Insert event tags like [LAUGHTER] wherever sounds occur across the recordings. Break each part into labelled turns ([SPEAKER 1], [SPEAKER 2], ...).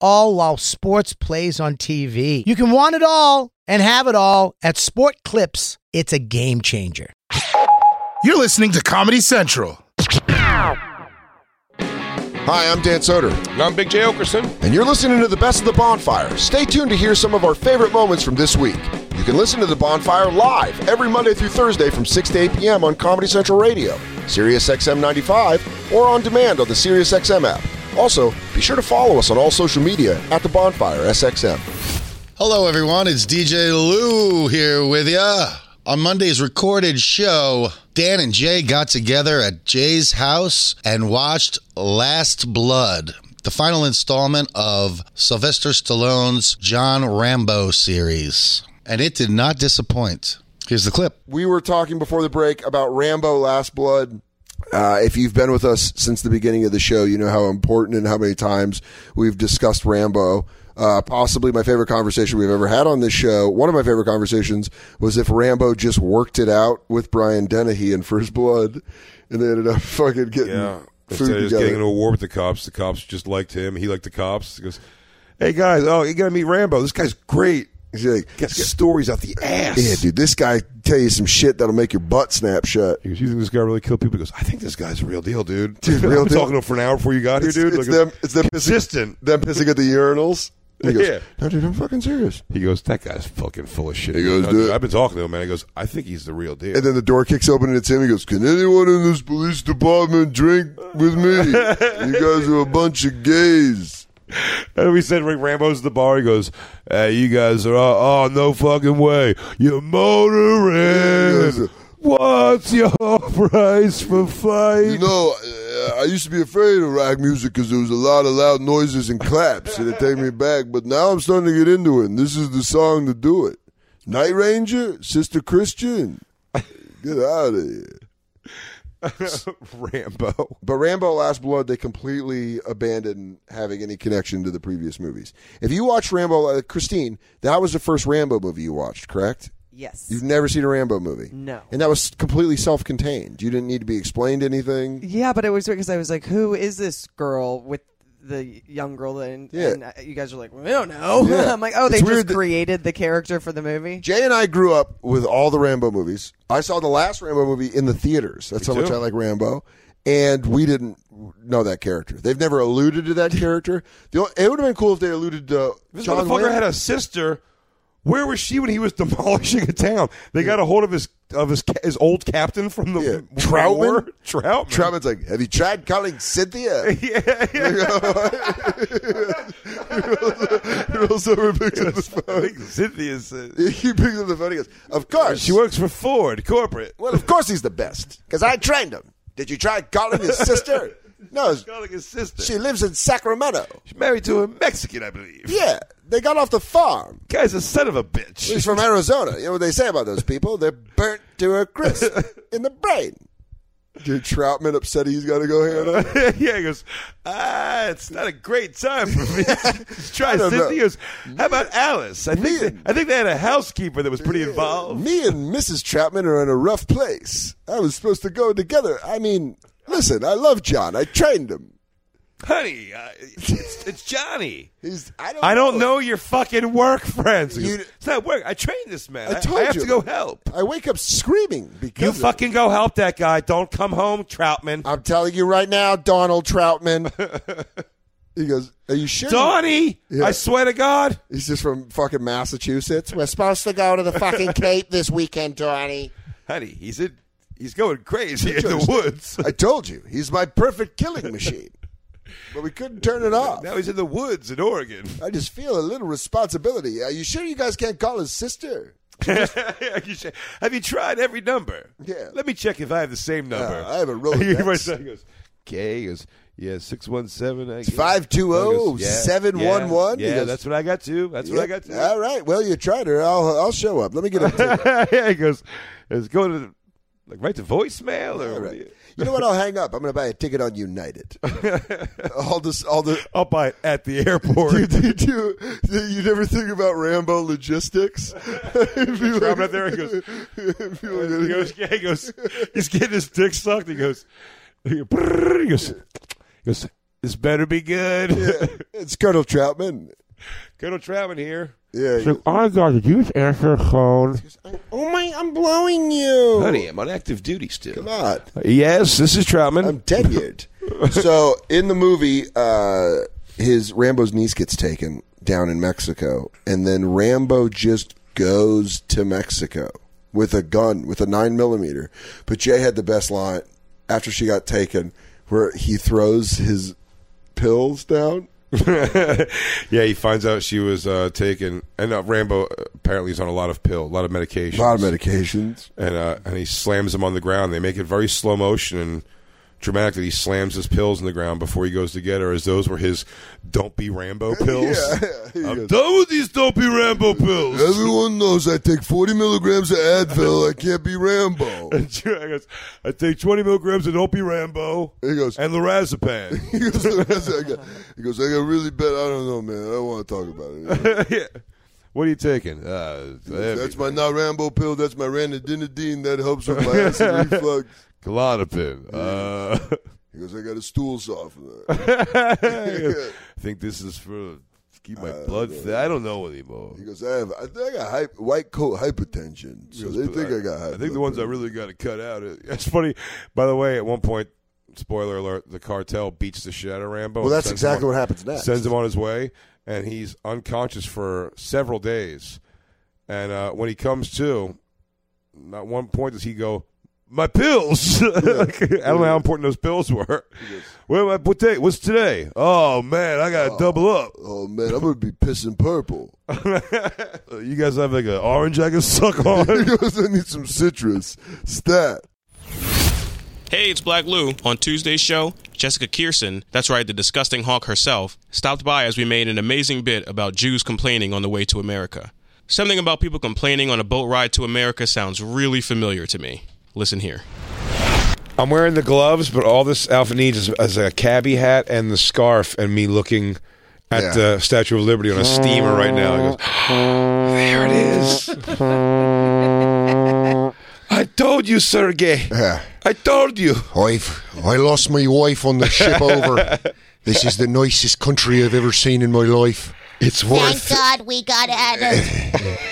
[SPEAKER 1] all while sports plays on TV. You can want it all and have it all at Sport Clips. It's a game changer.
[SPEAKER 2] You're listening to Comedy Central.
[SPEAKER 3] Hi, I'm Dan Soder,
[SPEAKER 4] And I'm Big J. Okerson.
[SPEAKER 3] and you're listening to the best of the bonfire. Stay tuned to hear some of our favorite moments from this week. You can listen to the bonfire live every Monday through Thursday from 6 to 8 p.m. on Comedy Central Radio, Sirius XM 95, or on demand on the Sirius XM app. Also, be sure to follow us on all social media at the bonfire SXM.
[SPEAKER 5] Hello, everyone. It's DJ Lou here with ya. On Monday's recorded show, Dan and Jay got together at Jay's house and watched Last Blood, the final installment of Sylvester Stallone's John Rambo series. And it did not disappoint. Here's the clip.
[SPEAKER 3] we were talking before the break about Rambo Last Blood. Uh, if you've been with us since the beginning of the show, you know how important and how many times we've discussed Rambo. Uh, possibly my favorite conversation we've ever had on this show. One of my favorite conversations was if Rambo just worked it out with Brian Dennehy in First Blood, and they ended up fucking getting
[SPEAKER 4] Yeah.
[SPEAKER 3] food
[SPEAKER 4] Instead of just
[SPEAKER 3] together.
[SPEAKER 4] getting into a war with the cops, the cops just liked him. He liked the cops. He goes, hey, guys, oh, you got to meet Rambo. This guy's great.
[SPEAKER 3] He's like,
[SPEAKER 4] Got stories out the ass.
[SPEAKER 3] yeah, dude, this guy tell you some shit that'll make your butt snap shut.
[SPEAKER 4] He goes, you think this guy really killed people? He goes, I think this guy's a real deal, dude.
[SPEAKER 3] Dude, real
[SPEAKER 4] [LAUGHS] I'm
[SPEAKER 3] deal.
[SPEAKER 4] talking to him for an hour before you got
[SPEAKER 3] It's,
[SPEAKER 4] here, dude.
[SPEAKER 3] it's
[SPEAKER 4] Like,
[SPEAKER 3] them, it's them pissing,
[SPEAKER 4] consistent.
[SPEAKER 3] them pissing at the urinals. And he goes,
[SPEAKER 4] Yeah.
[SPEAKER 3] no, dude, I'm fucking serious.
[SPEAKER 4] He goes, that guy's fucking full of shit.
[SPEAKER 3] He goes,
[SPEAKER 4] "No,
[SPEAKER 3] "Dude."
[SPEAKER 4] I've been talking to him, man. He goes, I think he's the real deal.
[SPEAKER 3] And then the door kicks open and it's him. He goes, Can anyone in this police department drink with me? You guys are a bunch of gays.
[SPEAKER 4] And we said Rick Rambo's at the bar. He goes, "Hey, you guys are all, oh no fucking way. You're motoring. What's your price for
[SPEAKER 3] You
[SPEAKER 4] flight?"
[SPEAKER 3] know, uh, I used to be afraid of rock music because there was a lot of loud noises and claps and it take me back. But now I'm starting to get into it. And this is the song to do it Night Ranger, Sister Christian. Get out of here.
[SPEAKER 4] [LAUGHS] Rambo.
[SPEAKER 3] But Rambo Last Blood, they completely abandon having any connection to the previous movies. If you watch Rambo, uh, Christine, that was the first Rambo movie you watched, correct?
[SPEAKER 6] Yes.
[SPEAKER 3] You've never seen a Rambo movie.
[SPEAKER 6] No.
[SPEAKER 3] And that was completely self contained. You didn't need to be explained anything.
[SPEAKER 6] yeah, but it was because I was like, "Who is this girl with the young girl?" And,
[SPEAKER 3] Yeah.
[SPEAKER 6] and I- you guys are like, "We don't know."
[SPEAKER 3] Yeah.
[SPEAKER 6] [LAUGHS] I'm like, "Oh, they
[SPEAKER 3] It's weird
[SPEAKER 6] just
[SPEAKER 3] that-
[SPEAKER 6] created the character for the movie."
[SPEAKER 3] Jay and I grew up with all the Rambo movies. I saw the last Rambo movie in the theaters. That's how much
[SPEAKER 4] too.
[SPEAKER 3] I like Rambo. And we didn't know that character. They've never alluded to that character. The only, it would have been cool if they alluded to
[SPEAKER 4] This
[SPEAKER 3] John
[SPEAKER 4] motherfucker
[SPEAKER 3] Wayne.
[SPEAKER 4] had a sister. Where was she when he was [LAUGHS] demolishing a town? They got a hold of his of his ca- his old captain from the
[SPEAKER 3] Yeah.
[SPEAKER 4] Troutman. War.
[SPEAKER 3] Troutman?
[SPEAKER 4] Troutman. [LAUGHS]
[SPEAKER 3] Troutman's like, have you tried calling Cynthia?
[SPEAKER 4] Yeah, yeah.
[SPEAKER 3] [LAUGHS] He rolls over and picks up the
[SPEAKER 4] I
[SPEAKER 3] phone.
[SPEAKER 4] think Cynthia's. uh,
[SPEAKER 3] [LAUGHS] He picks up the phone. He goes, "Of course."
[SPEAKER 4] she works for Ford corporate.
[SPEAKER 3] Well, of course he's the best because I trained him. Did you try calling his
[SPEAKER 4] [LAUGHS]
[SPEAKER 3] sister? No,
[SPEAKER 4] Calling his sister.
[SPEAKER 3] she lives in Sacramento.
[SPEAKER 4] She's married to a Mexican, I believe.
[SPEAKER 3] Yeah, they got off the farm.
[SPEAKER 4] Guy's a son of a bitch.
[SPEAKER 3] She's from Arizona. You know what they say about those people? They're burnt to a
[SPEAKER 4] [LAUGHS]
[SPEAKER 3] crisp in the brain. Dude, Troutman upset he's got to go hand out.
[SPEAKER 4] [LAUGHS] yeah, he goes, ah, it's not a great time
[SPEAKER 3] [LAUGHS]
[SPEAKER 4] for me. [LAUGHS] Try
[SPEAKER 3] don't know.
[SPEAKER 4] Cynthia. He goes, How about Alice? I think
[SPEAKER 3] and-
[SPEAKER 4] they, I think they had a housekeeper that was pretty involved.
[SPEAKER 3] Me and Mrs. Troutman are in a rough place. I was supposed to go together. I mean, listen, I love John. I trained him.
[SPEAKER 4] Honey, uh, it's, it's
[SPEAKER 3] [LAUGHS]
[SPEAKER 4] Johnny.
[SPEAKER 3] He's, I don't.
[SPEAKER 4] I don't know your fucking work friends. He goes,
[SPEAKER 3] You-
[SPEAKER 4] it's not work. I trained this man.
[SPEAKER 3] I
[SPEAKER 4] I,
[SPEAKER 3] told
[SPEAKER 4] I have
[SPEAKER 3] you.
[SPEAKER 4] to go help.
[SPEAKER 3] I wake up screaming because
[SPEAKER 4] You
[SPEAKER 3] of-
[SPEAKER 4] fucking go help that guy. Don't come home, Troutman.
[SPEAKER 3] I'm telling you right now, Donald
[SPEAKER 4] [LAUGHS]
[SPEAKER 3] Troutman. he goes, "Are you sure?"
[SPEAKER 4] Donnie,
[SPEAKER 3] Yeah.
[SPEAKER 4] I swear to God.
[SPEAKER 3] He's just from fucking Massachusetts. We're supposed to go to the fucking Cape this weekend, Donnie.
[SPEAKER 4] Honey, he's in, he's going crazy in
[SPEAKER 3] you
[SPEAKER 4] the
[SPEAKER 3] understand?
[SPEAKER 4] woods.
[SPEAKER 3] I told you, he's my perfect killing machine. But we couldn't turn it off.
[SPEAKER 4] [LAUGHS] Now he's in the woods in Oregon.
[SPEAKER 3] I just feel a little responsibility. Are you sure you guys can't call his sister?
[SPEAKER 4] [LAUGHS] You say, have you tried every number?
[SPEAKER 3] Yeah.
[SPEAKER 4] Let me check if I have the same number. [LAUGHS]
[SPEAKER 3] I have a Rolodex.
[SPEAKER 4] He writes down, he goes, K is Yeah, six one seven. It's
[SPEAKER 3] 520 711.
[SPEAKER 4] Yeah,
[SPEAKER 3] Because-
[SPEAKER 4] that's what I got too. That's what I got too.
[SPEAKER 3] All right. Well, you tried her. I'll I'll show up. Let me get a
[SPEAKER 4] [LAUGHS]
[SPEAKER 3] ticket.
[SPEAKER 4] yeah, he goes, it's going to the- like right to voicemail or
[SPEAKER 3] All right. You know what? I'll hang up. I'm going to buy a ticket on
[SPEAKER 4] [LAUGHS]
[SPEAKER 3] United. all this, all the.
[SPEAKER 4] I'll buy it at the airport. [LAUGHS]
[SPEAKER 3] Did [LAUGHS] you, did you never think about Rambo logistics?
[SPEAKER 4] [LAUGHS] Robin up there, he goes, uh, he goes, yeah, he goes, he's getting his dick sucked. He goes, he goes, [LAUGHS] he goes, this better be good.
[SPEAKER 3] it's Colonel Troutman.
[SPEAKER 4] [LAUGHS] Colonel Trautman here.
[SPEAKER 3] Yeah.
[SPEAKER 4] I got to use answer phone.
[SPEAKER 3] oh my! I'm blowing you.
[SPEAKER 4] Honey, I'm on active duty still.
[SPEAKER 3] Not.
[SPEAKER 4] Yes, this is Troutman.
[SPEAKER 3] I'm tenured. so in the movie, uh, his Rambo's niece gets taken down in Mexico, and then Rambo just goes to Mexico with a gun, with a nine millimeter. But Jay had the best line after she got taken, where he throws his pills down.
[SPEAKER 4] [LAUGHS] yeah, he finds out she was uh, taken, and uh, Rambo apparently is on a lot of pill, a lot of medication,
[SPEAKER 3] A lot of medications.
[SPEAKER 4] and uh, and he slams him on the ground. They make it very slow motion and dramatic that he slams his pills in the ground before he goes to get her, as those were his "Don't be [LAUGHS] Rambo" pills.
[SPEAKER 3] He
[SPEAKER 4] I'm
[SPEAKER 3] goes,
[SPEAKER 4] done with these "Don't be Rambo" [LAUGHS] pills.
[SPEAKER 3] Everyone knows I take 40 milligrams of Advil. I can't be Rambo.
[SPEAKER 4] I goes, I take 20 milligrams of "Don't be Rambo" [LAUGHS]
[SPEAKER 3] He goes,
[SPEAKER 4] and lorazepam.
[SPEAKER 3] [LAUGHS] He goes, I got, he goes, I got really bad. I don't know, man. I don't want to talk about it.
[SPEAKER 4] yeah. What are you taking? Uh,
[SPEAKER 3] That's my not Rambo pill. That's my ranitidine that helps with my
[SPEAKER 4] [LAUGHS]
[SPEAKER 3] acid reflux.
[SPEAKER 4] Klonopin. Uh, [LAUGHS]
[SPEAKER 3] He goes, I got a stool softener. [LAUGHS] He
[SPEAKER 4] I think this is for keep my
[SPEAKER 3] Uh,
[SPEAKER 4] blood. Thin. I don't know anymore.
[SPEAKER 3] goes, I have, I think I got hy- white coat hypertension. So they think I, got. High
[SPEAKER 4] I think the
[SPEAKER 3] blood
[SPEAKER 4] ones I
[SPEAKER 3] pressure.
[SPEAKER 4] really got to cut out. [LAUGHS] That's funny. By the way, at one point, spoiler alert: the cartel beats the shit out of Rambo.
[SPEAKER 3] Well,
[SPEAKER 4] and
[SPEAKER 3] that's
[SPEAKER 4] sends him
[SPEAKER 3] exactly
[SPEAKER 4] on-
[SPEAKER 3] what happens next.
[SPEAKER 4] Sends him on his way, and he's unconscious for several days. And uh, when he comes to, not one point does he go. My pills. [LAUGHS] I don't know how important those pills were. Where my what day? What's today? Oh man, I gotta double up.
[SPEAKER 3] Oh man, I'm gonna be pissing purple. [LAUGHS]
[SPEAKER 4] you guys have like an orange I can suck
[SPEAKER 3] [LAUGHS]
[SPEAKER 4] on.
[SPEAKER 3] He goes, I need some citrus. Stat.
[SPEAKER 7] Hey, it's Black Lou. On Tuesday's show, Jessica Kearson, that's right, the disgusting hawk herself, stopped by as we made an amazing bit about Jews complaining on the way to America. Something about people complaining on a boat ride to America sounds really familiar to me. Listen here.
[SPEAKER 4] I'm wearing the gloves, but all this outfit needs is, is a cabbie hat and the scarf, and me looking at
[SPEAKER 3] Yeah.
[SPEAKER 4] the Statue of Liberty on a steamer right now. It goes, there it is. [LAUGHS] I told you, Sergey.
[SPEAKER 8] Yeah.
[SPEAKER 4] I told you.
[SPEAKER 8] I've I lost my wife on the ship over. This is the nicest country I've ever seen in my life.
[SPEAKER 4] It's
[SPEAKER 9] Thank God we got
[SPEAKER 8] [LAUGHS]
[SPEAKER 9] out of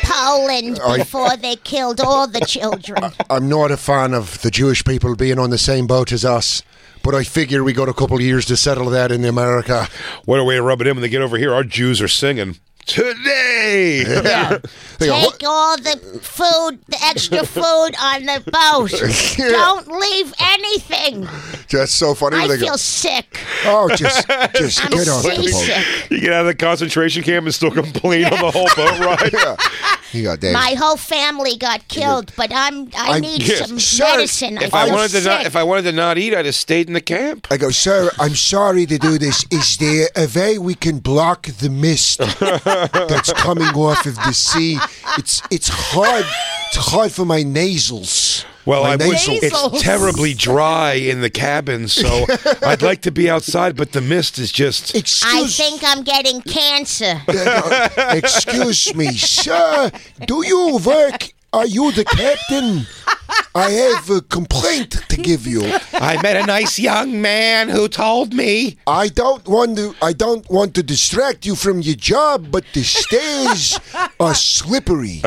[SPEAKER 9] Poland before they killed all the
[SPEAKER 8] [LAUGHS]
[SPEAKER 9] children.
[SPEAKER 8] I'm not a fan of the Jewish people being on the same boat as us, but I figure we got a couple of years to settle that in America.
[SPEAKER 4] What a way to rub it in when they get over here. Our Jews are singing today.
[SPEAKER 8] [LAUGHS] They go,
[SPEAKER 9] Take
[SPEAKER 8] "What?"
[SPEAKER 9] all the food, the
[SPEAKER 8] [LAUGHS]
[SPEAKER 9] extra food on the boat. Don't leave anything.
[SPEAKER 8] That's so funny.
[SPEAKER 9] I
[SPEAKER 8] They go,
[SPEAKER 9] feel sick.
[SPEAKER 8] oh, just just
[SPEAKER 9] I'm
[SPEAKER 8] get off the boat.
[SPEAKER 9] seasick.
[SPEAKER 4] You get out of the concentration camp and still complain on the whole boat ride.
[SPEAKER 8] You got Dave.
[SPEAKER 9] My whole family got killed, but I'm I
[SPEAKER 8] I'm-
[SPEAKER 9] need
[SPEAKER 8] yes,
[SPEAKER 9] some
[SPEAKER 8] sir,
[SPEAKER 9] medicine.
[SPEAKER 4] If I
[SPEAKER 9] feel
[SPEAKER 4] wanted to not,
[SPEAKER 9] sick.
[SPEAKER 4] if I wanted to not eat, I'd have stayed in the camp.
[SPEAKER 8] I go, sir. I'm sorry to do this. Is there a way we can block the mist that's coming off of the sea? It's it's hard. It's hard for my nasals.
[SPEAKER 4] Well,
[SPEAKER 8] my
[SPEAKER 4] I wish
[SPEAKER 8] nasal-
[SPEAKER 4] it's terribly dry in the cabin, [LAUGHS] so I'd like to be outside, but the mist is just.
[SPEAKER 9] I
[SPEAKER 8] Excuse, [LAUGHS]
[SPEAKER 9] think I'm getting cancer.
[SPEAKER 8] excuse me, sir. Do you work? Are you the captain? I have a complaint to give you.
[SPEAKER 4] I met a nice young man who told me.
[SPEAKER 8] I don't want to. I don't want to distract you from your job, but the
[SPEAKER 3] [LAUGHS]
[SPEAKER 8] stairs are slippery.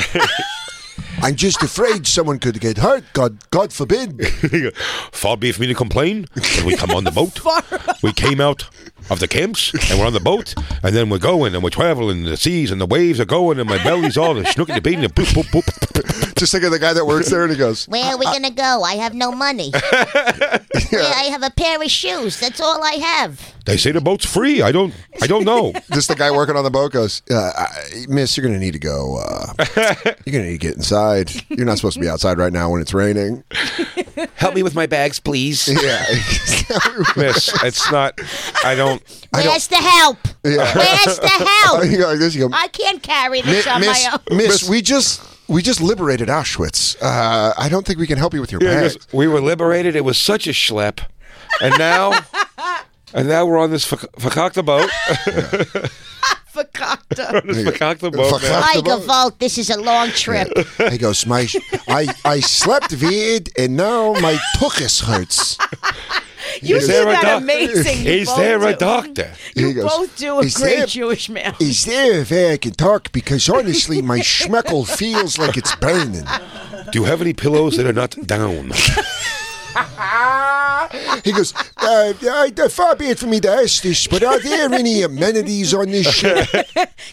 [SPEAKER 8] I'm just afraid someone could get hurt. God, God forbid.
[SPEAKER 4] [LAUGHS] Far be it for me to complain. When we come [LAUGHS] on the boat, we came out of the camps and we're on the boat, and then we're going and we're traveling the seas and the waves are going and my belly's all snooking and and boop boop boop.
[SPEAKER 3] [LAUGHS] Just think of the guy that works there, and he goes,
[SPEAKER 9] Where are we gonna go? I have no money. Where- I have a pair of shoes. That's all I have.
[SPEAKER 4] They say the boat's free. I don't. I don't [LAUGHS] know.
[SPEAKER 3] just the guy working on the boat goes, uh, I- "Miss, you're gonna need
[SPEAKER 8] [LAUGHS]
[SPEAKER 3] to go. Uh, you're gonna need to get inside. You're not supposed to be outside right now when it's raining."
[SPEAKER 10] Help me with my bags, please.
[SPEAKER 3] Yeah. [LAUGHS]
[SPEAKER 4] Miss, it's not. I don't.
[SPEAKER 9] Where's the help? Where's the help?
[SPEAKER 3] [LAUGHS] You go like this, you go,
[SPEAKER 9] I can't carry
[SPEAKER 8] Mi-
[SPEAKER 9] this on
[SPEAKER 8] miss,
[SPEAKER 9] my own.
[SPEAKER 8] miss, we just we just liberated Auschwitz. Uh, I don't think we can help you with your
[SPEAKER 4] Yeah,
[SPEAKER 8] bags.
[SPEAKER 4] because-
[SPEAKER 10] We were liberated. It was such a schlep,
[SPEAKER 4] [LAUGHS]
[SPEAKER 10] and now, and now we're on this fa- fakakta boat.
[SPEAKER 6] Fakakta.
[SPEAKER 10] this fakakta boat. man.
[SPEAKER 9] Tiger Volt, this is a long trip.
[SPEAKER 8] He goes, my, I, I slept weird and now my tuchus
[SPEAKER 6] [LAUGHS]
[SPEAKER 8] hurts.
[SPEAKER 6] You
[SPEAKER 10] Is
[SPEAKER 6] did
[SPEAKER 10] there a
[SPEAKER 6] that
[SPEAKER 10] doc-
[SPEAKER 6] amazing. You
[SPEAKER 10] Is
[SPEAKER 6] both
[SPEAKER 10] there a
[SPEAKER 6] do.
[SPEAKER 10] doctor?
[SPEAKER 8] He
[SPEAKER 6] You
[SPEAKER 8] goes,
[SPEAKER 6] both do a
[SPEAKER 8] "Is
[SPEAKER 6] great
[SPEAKER 8] there-
[SPEAKER 6] Jewish man.
[SPEAKER 8] Is there a way I can talk? Because honestly, my schmeckle feels like it's burning.
[SPEAKER 10] Do you have any pillows that are not down?
[SPEAKER 8] He goes, uh, I, uh, far be it for me to ask this, but are there any amenities on this ship?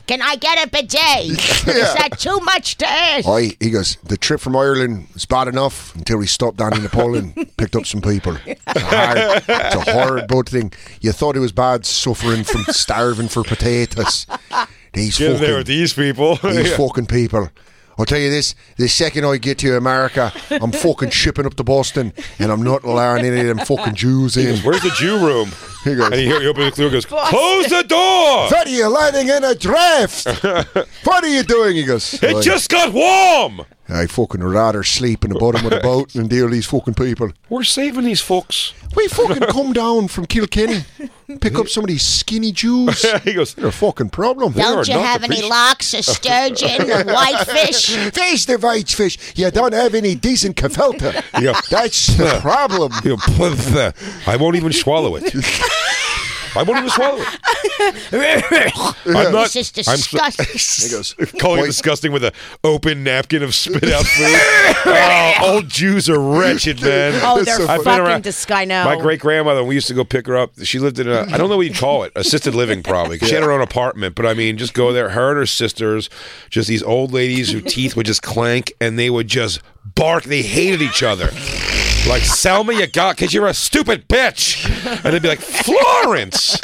[SPEAKER 9] Can I get a bidet? Is that too much to ask?
[SPEAKER 8] I, he goes, the trip from Ireland was bad enough until we stopped down in Poland, picked up some people. It's a, hard, it's a horrid boat thing. You thought it was bad suffering from starving for potatoes. These
[SPEAKER 4] [LAUGHS] Get in
[SPEAKER 8] fucking-
[SPEAKER 4] there with these people.
[SPEAKER 8] These
[SPEAKER 4] [LAUGHS] Yeah.
[SPEAKER 8] fucking people. I'll tell you this: the second I get to America, I'm fucking shipping up to Boston, and I'm not allowing any of them fucking Jews in.
[SPEAKER 4] Where's the Jew room?
[SPEAKER 8] He goes,
[SPEAKER 4] And he, hear- he opens the door and goes,
[SPEAKER 6] Boss.
[SPEAKER 4] Close the door!
[SPEAKER 8] "What are you lighting in a
[SPEAKER 4] [LAUGHS]
[SPEAKER 8] draft? what are you doing?" He goes,
[SPEAKER 4] It
[SPEAKER 8] "I-
[SPEAKER 4] just got warm!
[SPEAKER 8] I fucking rather sleep in the bottom of the boat and deal with these fucking people.
[SPEAKER 10] We're saving these folks.
[SPEAKER 8] We fucking come down from Kilkenny, pick up some of these skinny
[SPEAKER 4] [LAUGHS]
[SPEAKER 8] Jews.
[SPEAKER 4] [LAUGHS] He goes,
[SPEAKER 8] They're a fucking problem.
[SPEAKER 9] Don't
[SPEAKER 4] are
[SPEAKER 9] you
[SPEAKER 4] not
[SPEAKER 9] have
[SPEAKER 4] the
[SPEAKER 9] any
[SPEAKER 4] fish.
[SPEAKER 9] locks or sturgeon or whitefish?
[SPEAKER 8] Face the white fish. You don't have any decent gefilte.
[SPEAKER 4] Yeah.
[SPEAKER 8] That's
[SPEAKER 4] [LAUGHS]
[SPEAKER 8] the problem.
[SPEAKER 4] you know, pff, uh, [LAUGHS] I won't even swallow it. I won't even swallow it. I'm not.
[SPEAKER 9] This is
[SPEAKER 4] I'm so- [LAUGHS]
[SPEAKER 9] disgusting.
[SPEAKER 4] calling it disgusting with an open napkin of spit out food. oh, old Jews are wretched, man.
[SPEAKER 6] Oh, they're
[SPEAKER 4] I've been
[SPEAKER 6] fucking
[SPEAKER 4] around-
[SPEAKER 6] disgusting. now.
[SPEAKER 4] My great grandmother, we used to go pick her up. She lived in a, I don't know what you'd call it, assisted living probably. 'cause She had her own apartment, but I mean, just go there. Her and her sisters, just these old ladies whose teeth would just clank and they would just bark. They hated each other. Like, Selma, you got, because you're a stupid bitch. And they'd be like, Florence.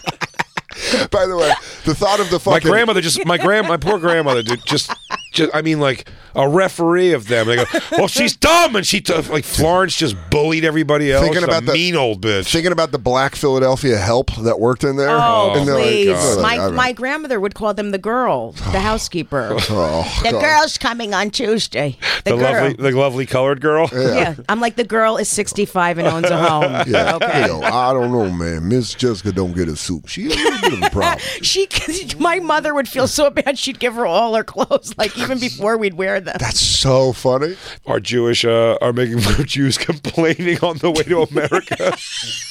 [SPEAKER 3] by the way, the thought of the
[SPEAKER 4] My
[SPEAKER 3] fucking
[SPEAKER 4] grandmother just my grand my poor grandmother dude just, just I mean like a referee of them. They go, well, she's dumb, and she t-, like Florence just bullied everybody else.
[SPEAKER 3] Thinking
[SPEAKER 4] She's
[SPEAKER 3] about
[SPEAKER 4] a
[SPEAKER 3] the-
[SPEAKER 4] mean old bitch.
[SPEAKER 3] thinking about the black Philadelphia help that worked in there.
[SPEAKER 6] Oh,
[SPEAKER 3] And they're like,
[SPEAKER 6] please.
[SPEAKER 3] oh, they're
[SPEAKER 6] my,
[SPEAKER 3] like, I don't-
[SPEAKER 6] my grandmother would call them the girl, the
[SPEAKER 3] [LAUGHS]
[SPEAKER 6] housekeeper.
[SPEAKER 3] oh,
[SPEAKER 9] The
[SPEAKER 3] God.
[SPEAKER 9] girl's coming on Tuesday.
[SPEAKER 4] the
[SPEAKER 6] The, girl.
[SPEAKER 4] lovely the lovely colored girl.
[SPEAKER 6] yeah. I'm like, the girl is 65 and owns
[SPEAKER 3] [LAUGHS]
[SPEAKER 6] a home.
[SPEAKER 3] Yeah.
[SPEAKER 6] Okay.
[SPEAKER 3] Yo, I don't know, man. Miss Jessica don't get a soup. She a little bit of a problem.
[SPEAKER 6] [LAUGHS] She, my mother would feel so bad. She'd give her all her clothes, like even before we'd wear them.
[SPEAKER 3] That's so funny.
[SPEAKER 4] Our Jewish uh, are making for [LAUGHS] Jews complaining on the way to
[SPEAKER 9] [LAUGHS]
[SPEAKER 4] America.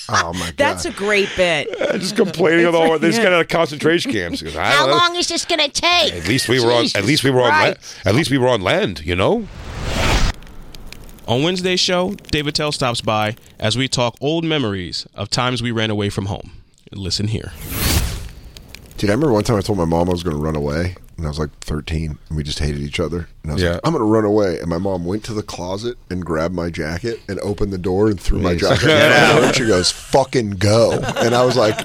[SPEAKER 3] Oh my god.
[SPEAKER 6] That's a great bit.
[SPEAKER 4] just complaining on the way. They just got out of concentration
[SPEAKER 9] [LAUGHS]
[SPEAKER 4] camps. She goes, I
[SPEAKER 9] How
[SPEAKER 4] don't know.
[SPEAKER 9] long is this going to take?
[SPEAKER 4] At least we were on. At
[SPEAKER 9] Jesus
[SPEAKER 4] least we were on. la-
[SPEAKER 9] Christ.
[SPEAKER 4] at least we were on land. You know.
[SPEAKER 7] On Wednesday's show, David Tell stops by as we talk old memories of times we ran away from home. Listen here.
[SPEAKER 3] Dude, I remember one time I told my mom I was going to run away, and I was like 13, and we just hated each other. And I was
[SPEAKER 4] Yeah.
[SPEAKER 3] like, I'm going to run away. And my mom went to the closet and grabbed my jacket and opened the door and threw my jacket
[SPEAKER 10] [LAUGHS]
[SPEAKER 3] out the door. And she goes, fucking go. And I was like,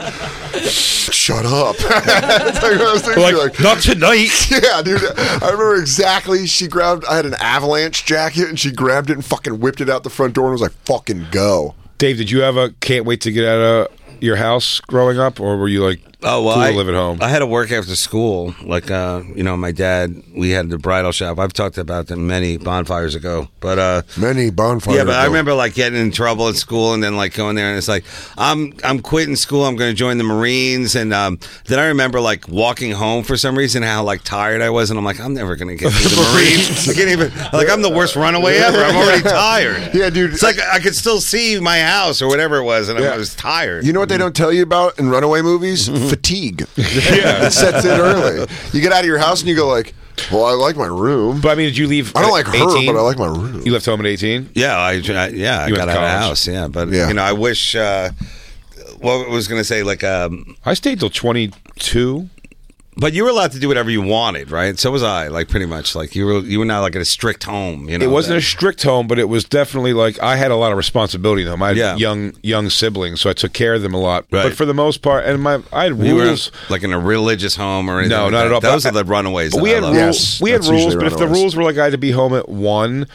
[SPEAKER 3] shut up. [LAUGHS] That's like what I was thinking.
[SPEAKER 4] Like,
[SPEAKER 3] Like,
[SPEAKER 4] not tonight.
[SPEAKER 3] yeah, dude. I remember exactly. She grabbed, I had an avalanche jacket, and she grabbed it and fucking whipped it out the front door and was like, fucking go.
[SPEAKER 4] Dave, did you have a can't wait to get out of your house growing up, or were you like
[SPEAKER 10] Oh well,
[SPEAKER 4] cool
[SPEAKER 10] I
[SPEAKER 4] to live at home?
[SPEAKER 10] I had to work after school. Like uh, you know, my dad. We had the bridal shop. I've talked about them many bonfires ago, but uh,
[SPEAKER 8] Many bonfires.
[SPEAKER 10] yeah. But I remember like getting in trouble at school, and then like going there, and it's like I'm I'm quitting school. I'm going to join the Marines, and um, then I remember like walking home for some reason, how like tired I was, and I'm like I'm never going to get
[SPEAKER 3] [LAUGHS]
[SPEAKER 10] to the Marines. I can't even like I'm the worst runaway ever. I'm already tired.
[SPEAKER 3] Yeah, dude.
[SPEAKER 10] It's like I could still see my house or whatever it was, and I was tired.
[SPEAKER 3] You know what they
[SPEAKER 4] Mm-hmm.
[SPEAKER 3] don't tell you about in runaway movies?
[SPEAKER 4] [LAUGHS]
[SPEAKER 3] Fatigue. Yeah. [LAUGHS] it sets in early. You get out of your house and you go like, "Well, I like my room.
[SPEAKER 4] But I mean, did you leave?
[SPEAKER 3] I don't
[SPEAKER 4] at
[SPEAKER 3] like her,
[SPEAKER 4] 18?
[SPEAKER 3] but I like my room."
[SPEAKER 4] You left home at eighteen.
[SPEAKER 10] Yeah, I, I yeah, I
[SPEAKER 4] You went
[SPEAKER 10] got
[SPEAKER 4] to
[SPEAKER 10] out of the
[SPEAKER 4] college.
[SPEAKER 10] house. Yeah, but
[SPEAKER 3] Yeah.
[SPEAKER 10] you know, I wish. Uh, what I was going to say, like, um,
[SPEAKER 4] I stayed till twenty-two.
[SPEAKER 10] but you were allowed to do whatever you wanted, right? So was I. Like, pretty much, like you were, you were not like at a strict home. You know,
[SPEAKER 4] It wasn't a
[SPEAKER 10] that-
[SPEAKER 4] strict home, but it was definitely like I had a lot of responsibility in the home. I had
[SPEAKER 10] Yeah.
[SPEAKER 4] young young siblings, so I took care of them a lot.
[SPEAKER 10] Right.
[SPEAKER 4] But for the most part, and my I had
[SPEAKER 10] you were
[SPEAKER 4] rules.
[SPEAKER 10] like in a religious home or anything.
[SPEAKER 4] No,
[SPEAKER 10] like
[SPEAKER 4] not
[SPEAKER 10] that.
[SPEAKER 4] at all.
[SPEAKER 10] Those
[SPEAKER 4] But
[SPEAKER 10] are the runaways.
[SPEAKER 4] But
[SPEAKER 10] that
[SPEAKER 4] we
[SPEAKER 10] I
[SPEAKER 4] had
[SPEAKER 10] loved.
[SPEAKER 4] rules.
[SPEAKER 3] Yes,
[SPEAKER 4] we had
[SPEAKER 3] that's usually
[SPEAKER 4] rules, but if the
[SPEAKER 3] runaways.
[SPEAKER 4] rules were like I had to be home at one,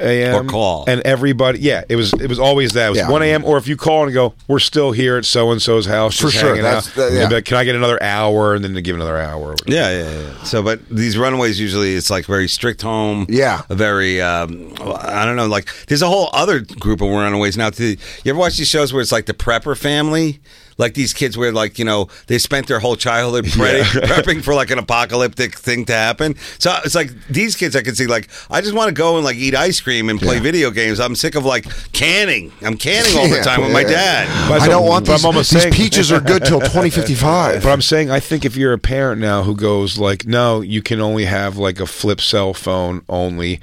[SPEAKER 4] a.m.
[SPEAKER 10] Or call.
[SPEAKER 4] and everybody. Yeah, it was it was always that. It was
[SPEAKER 10] Yeah.
[SPEAKER 4] one a.m. or if you call and go, we're still here at so and so's house
[SPEAKER 10] For
[SPEAKER 4] just
[SPEAKER 10] sure,
[SPEAKER 4] hanging
[SPEAKER 10] that's-
[SPEAKER 4] out."
[SPEAKER 10] that- yeah.
[SPEAKER 4] They'd be like, Can I get another hour? And then they give another hour.
[SPEAKER 10] Yeah, yeah, yeah. So, but these runaways usually it's like very strict home. Yeah, very. Um, I don't know. Like, there's a whole other group of runaways now. Too. You ever watch these shows where it's like the prepper family? Like these kids where like you know they spent their whole childhood
[SPEAKER 4] [LAUGHS]
[SPEAKER 10] pre- prepping for like an apocalyptic thing to happen. So it's like these kids I can see like I just want to go and like eat ice cream and play video games. I'm sick of like canning. I'm
[SPEAKER 3] [LAUGHS]
[SPEAKER 10] canning all
[SPEAKER 4] [LAUGHS]
[SPEAKER 10] the
[SPEAKER 4] Yeah.
[SPEAKER 10] time with my
[SPEAKER 4] Yeah.
[SPEAKER 10] dad.
[SPEAKER 4] But
[SPEAKER 10] But
[SPEAKER 4] so- but I'm
[SPEAKER 10] I'm
[SPEAKER 4] almost
[SPEAKER 10] almost
[SPEAKER 4] saying-
[SPEAKER 10] saying-
[SPEAKER 4] [LAUGHS] But I'm saying, I think if you're a parent now who goes like, no, you can only have like a flip cell phone only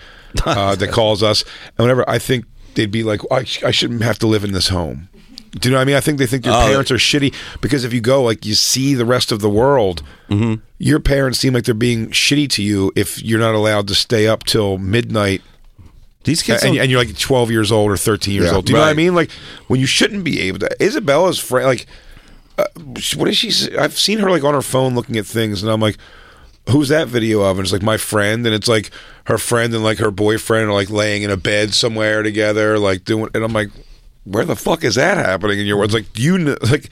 [SPEAKER 4] uh, that calls us and whatever. I think they'd be like, I, sh- I shouldn't have to live in this home. Do you know what I mean? I think they think your
[SPEAKER 10] Oh.
[SPEAKER 4] parents are shitty because if you go like you see the rest of the world, your parents seem like they're being shitty to you if you're not allowed to stay up till midnight.
[SPEAKER 10] These
[SPEAKER 4] kids and, and you're like 12 years old or 13 years
[SPEAKER 10] Yeah.
[SPEAKER 4] old. Do you know what I
[SPEAKER 10] Right.
[SPEAKER 4] mean? Like when you shouldn't be able to. Isabella's friend, like uh, she- what is she? s- I've seen her like on her phone looking at things, and I'm like, who's that video of? And it's like my friend, and it's like her friend and like her boyfriend are like laying in a bed somewhere together, like doing. And I'm like, where the fuck is that happening in your world? It's like you kn- [LAUGHS] like.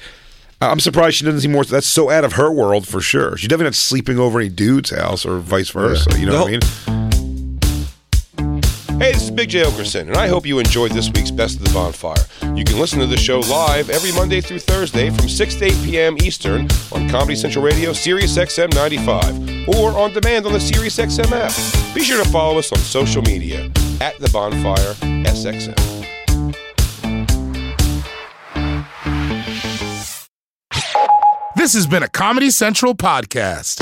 [SPEAKER 4] I'm surprised she doesn't see more. That's so out of her world for sure. She's definitely not sleeping over any dude's house or vice versa. You know what I mean? Hey, this is Big J. Okerson, and I hope you enjoyed this week's Best of the Bonfire. You can listen to the show live every Monday through Thursday from 6 to 8 p.m. Eastern on Comedy Central Radio, Sirius XM 95, or on demand on the Sirius XM app. Be sure to follow us on social media at The Bonfire SXM.
[SPEAKER 2] This has been a Comedy Central podcast.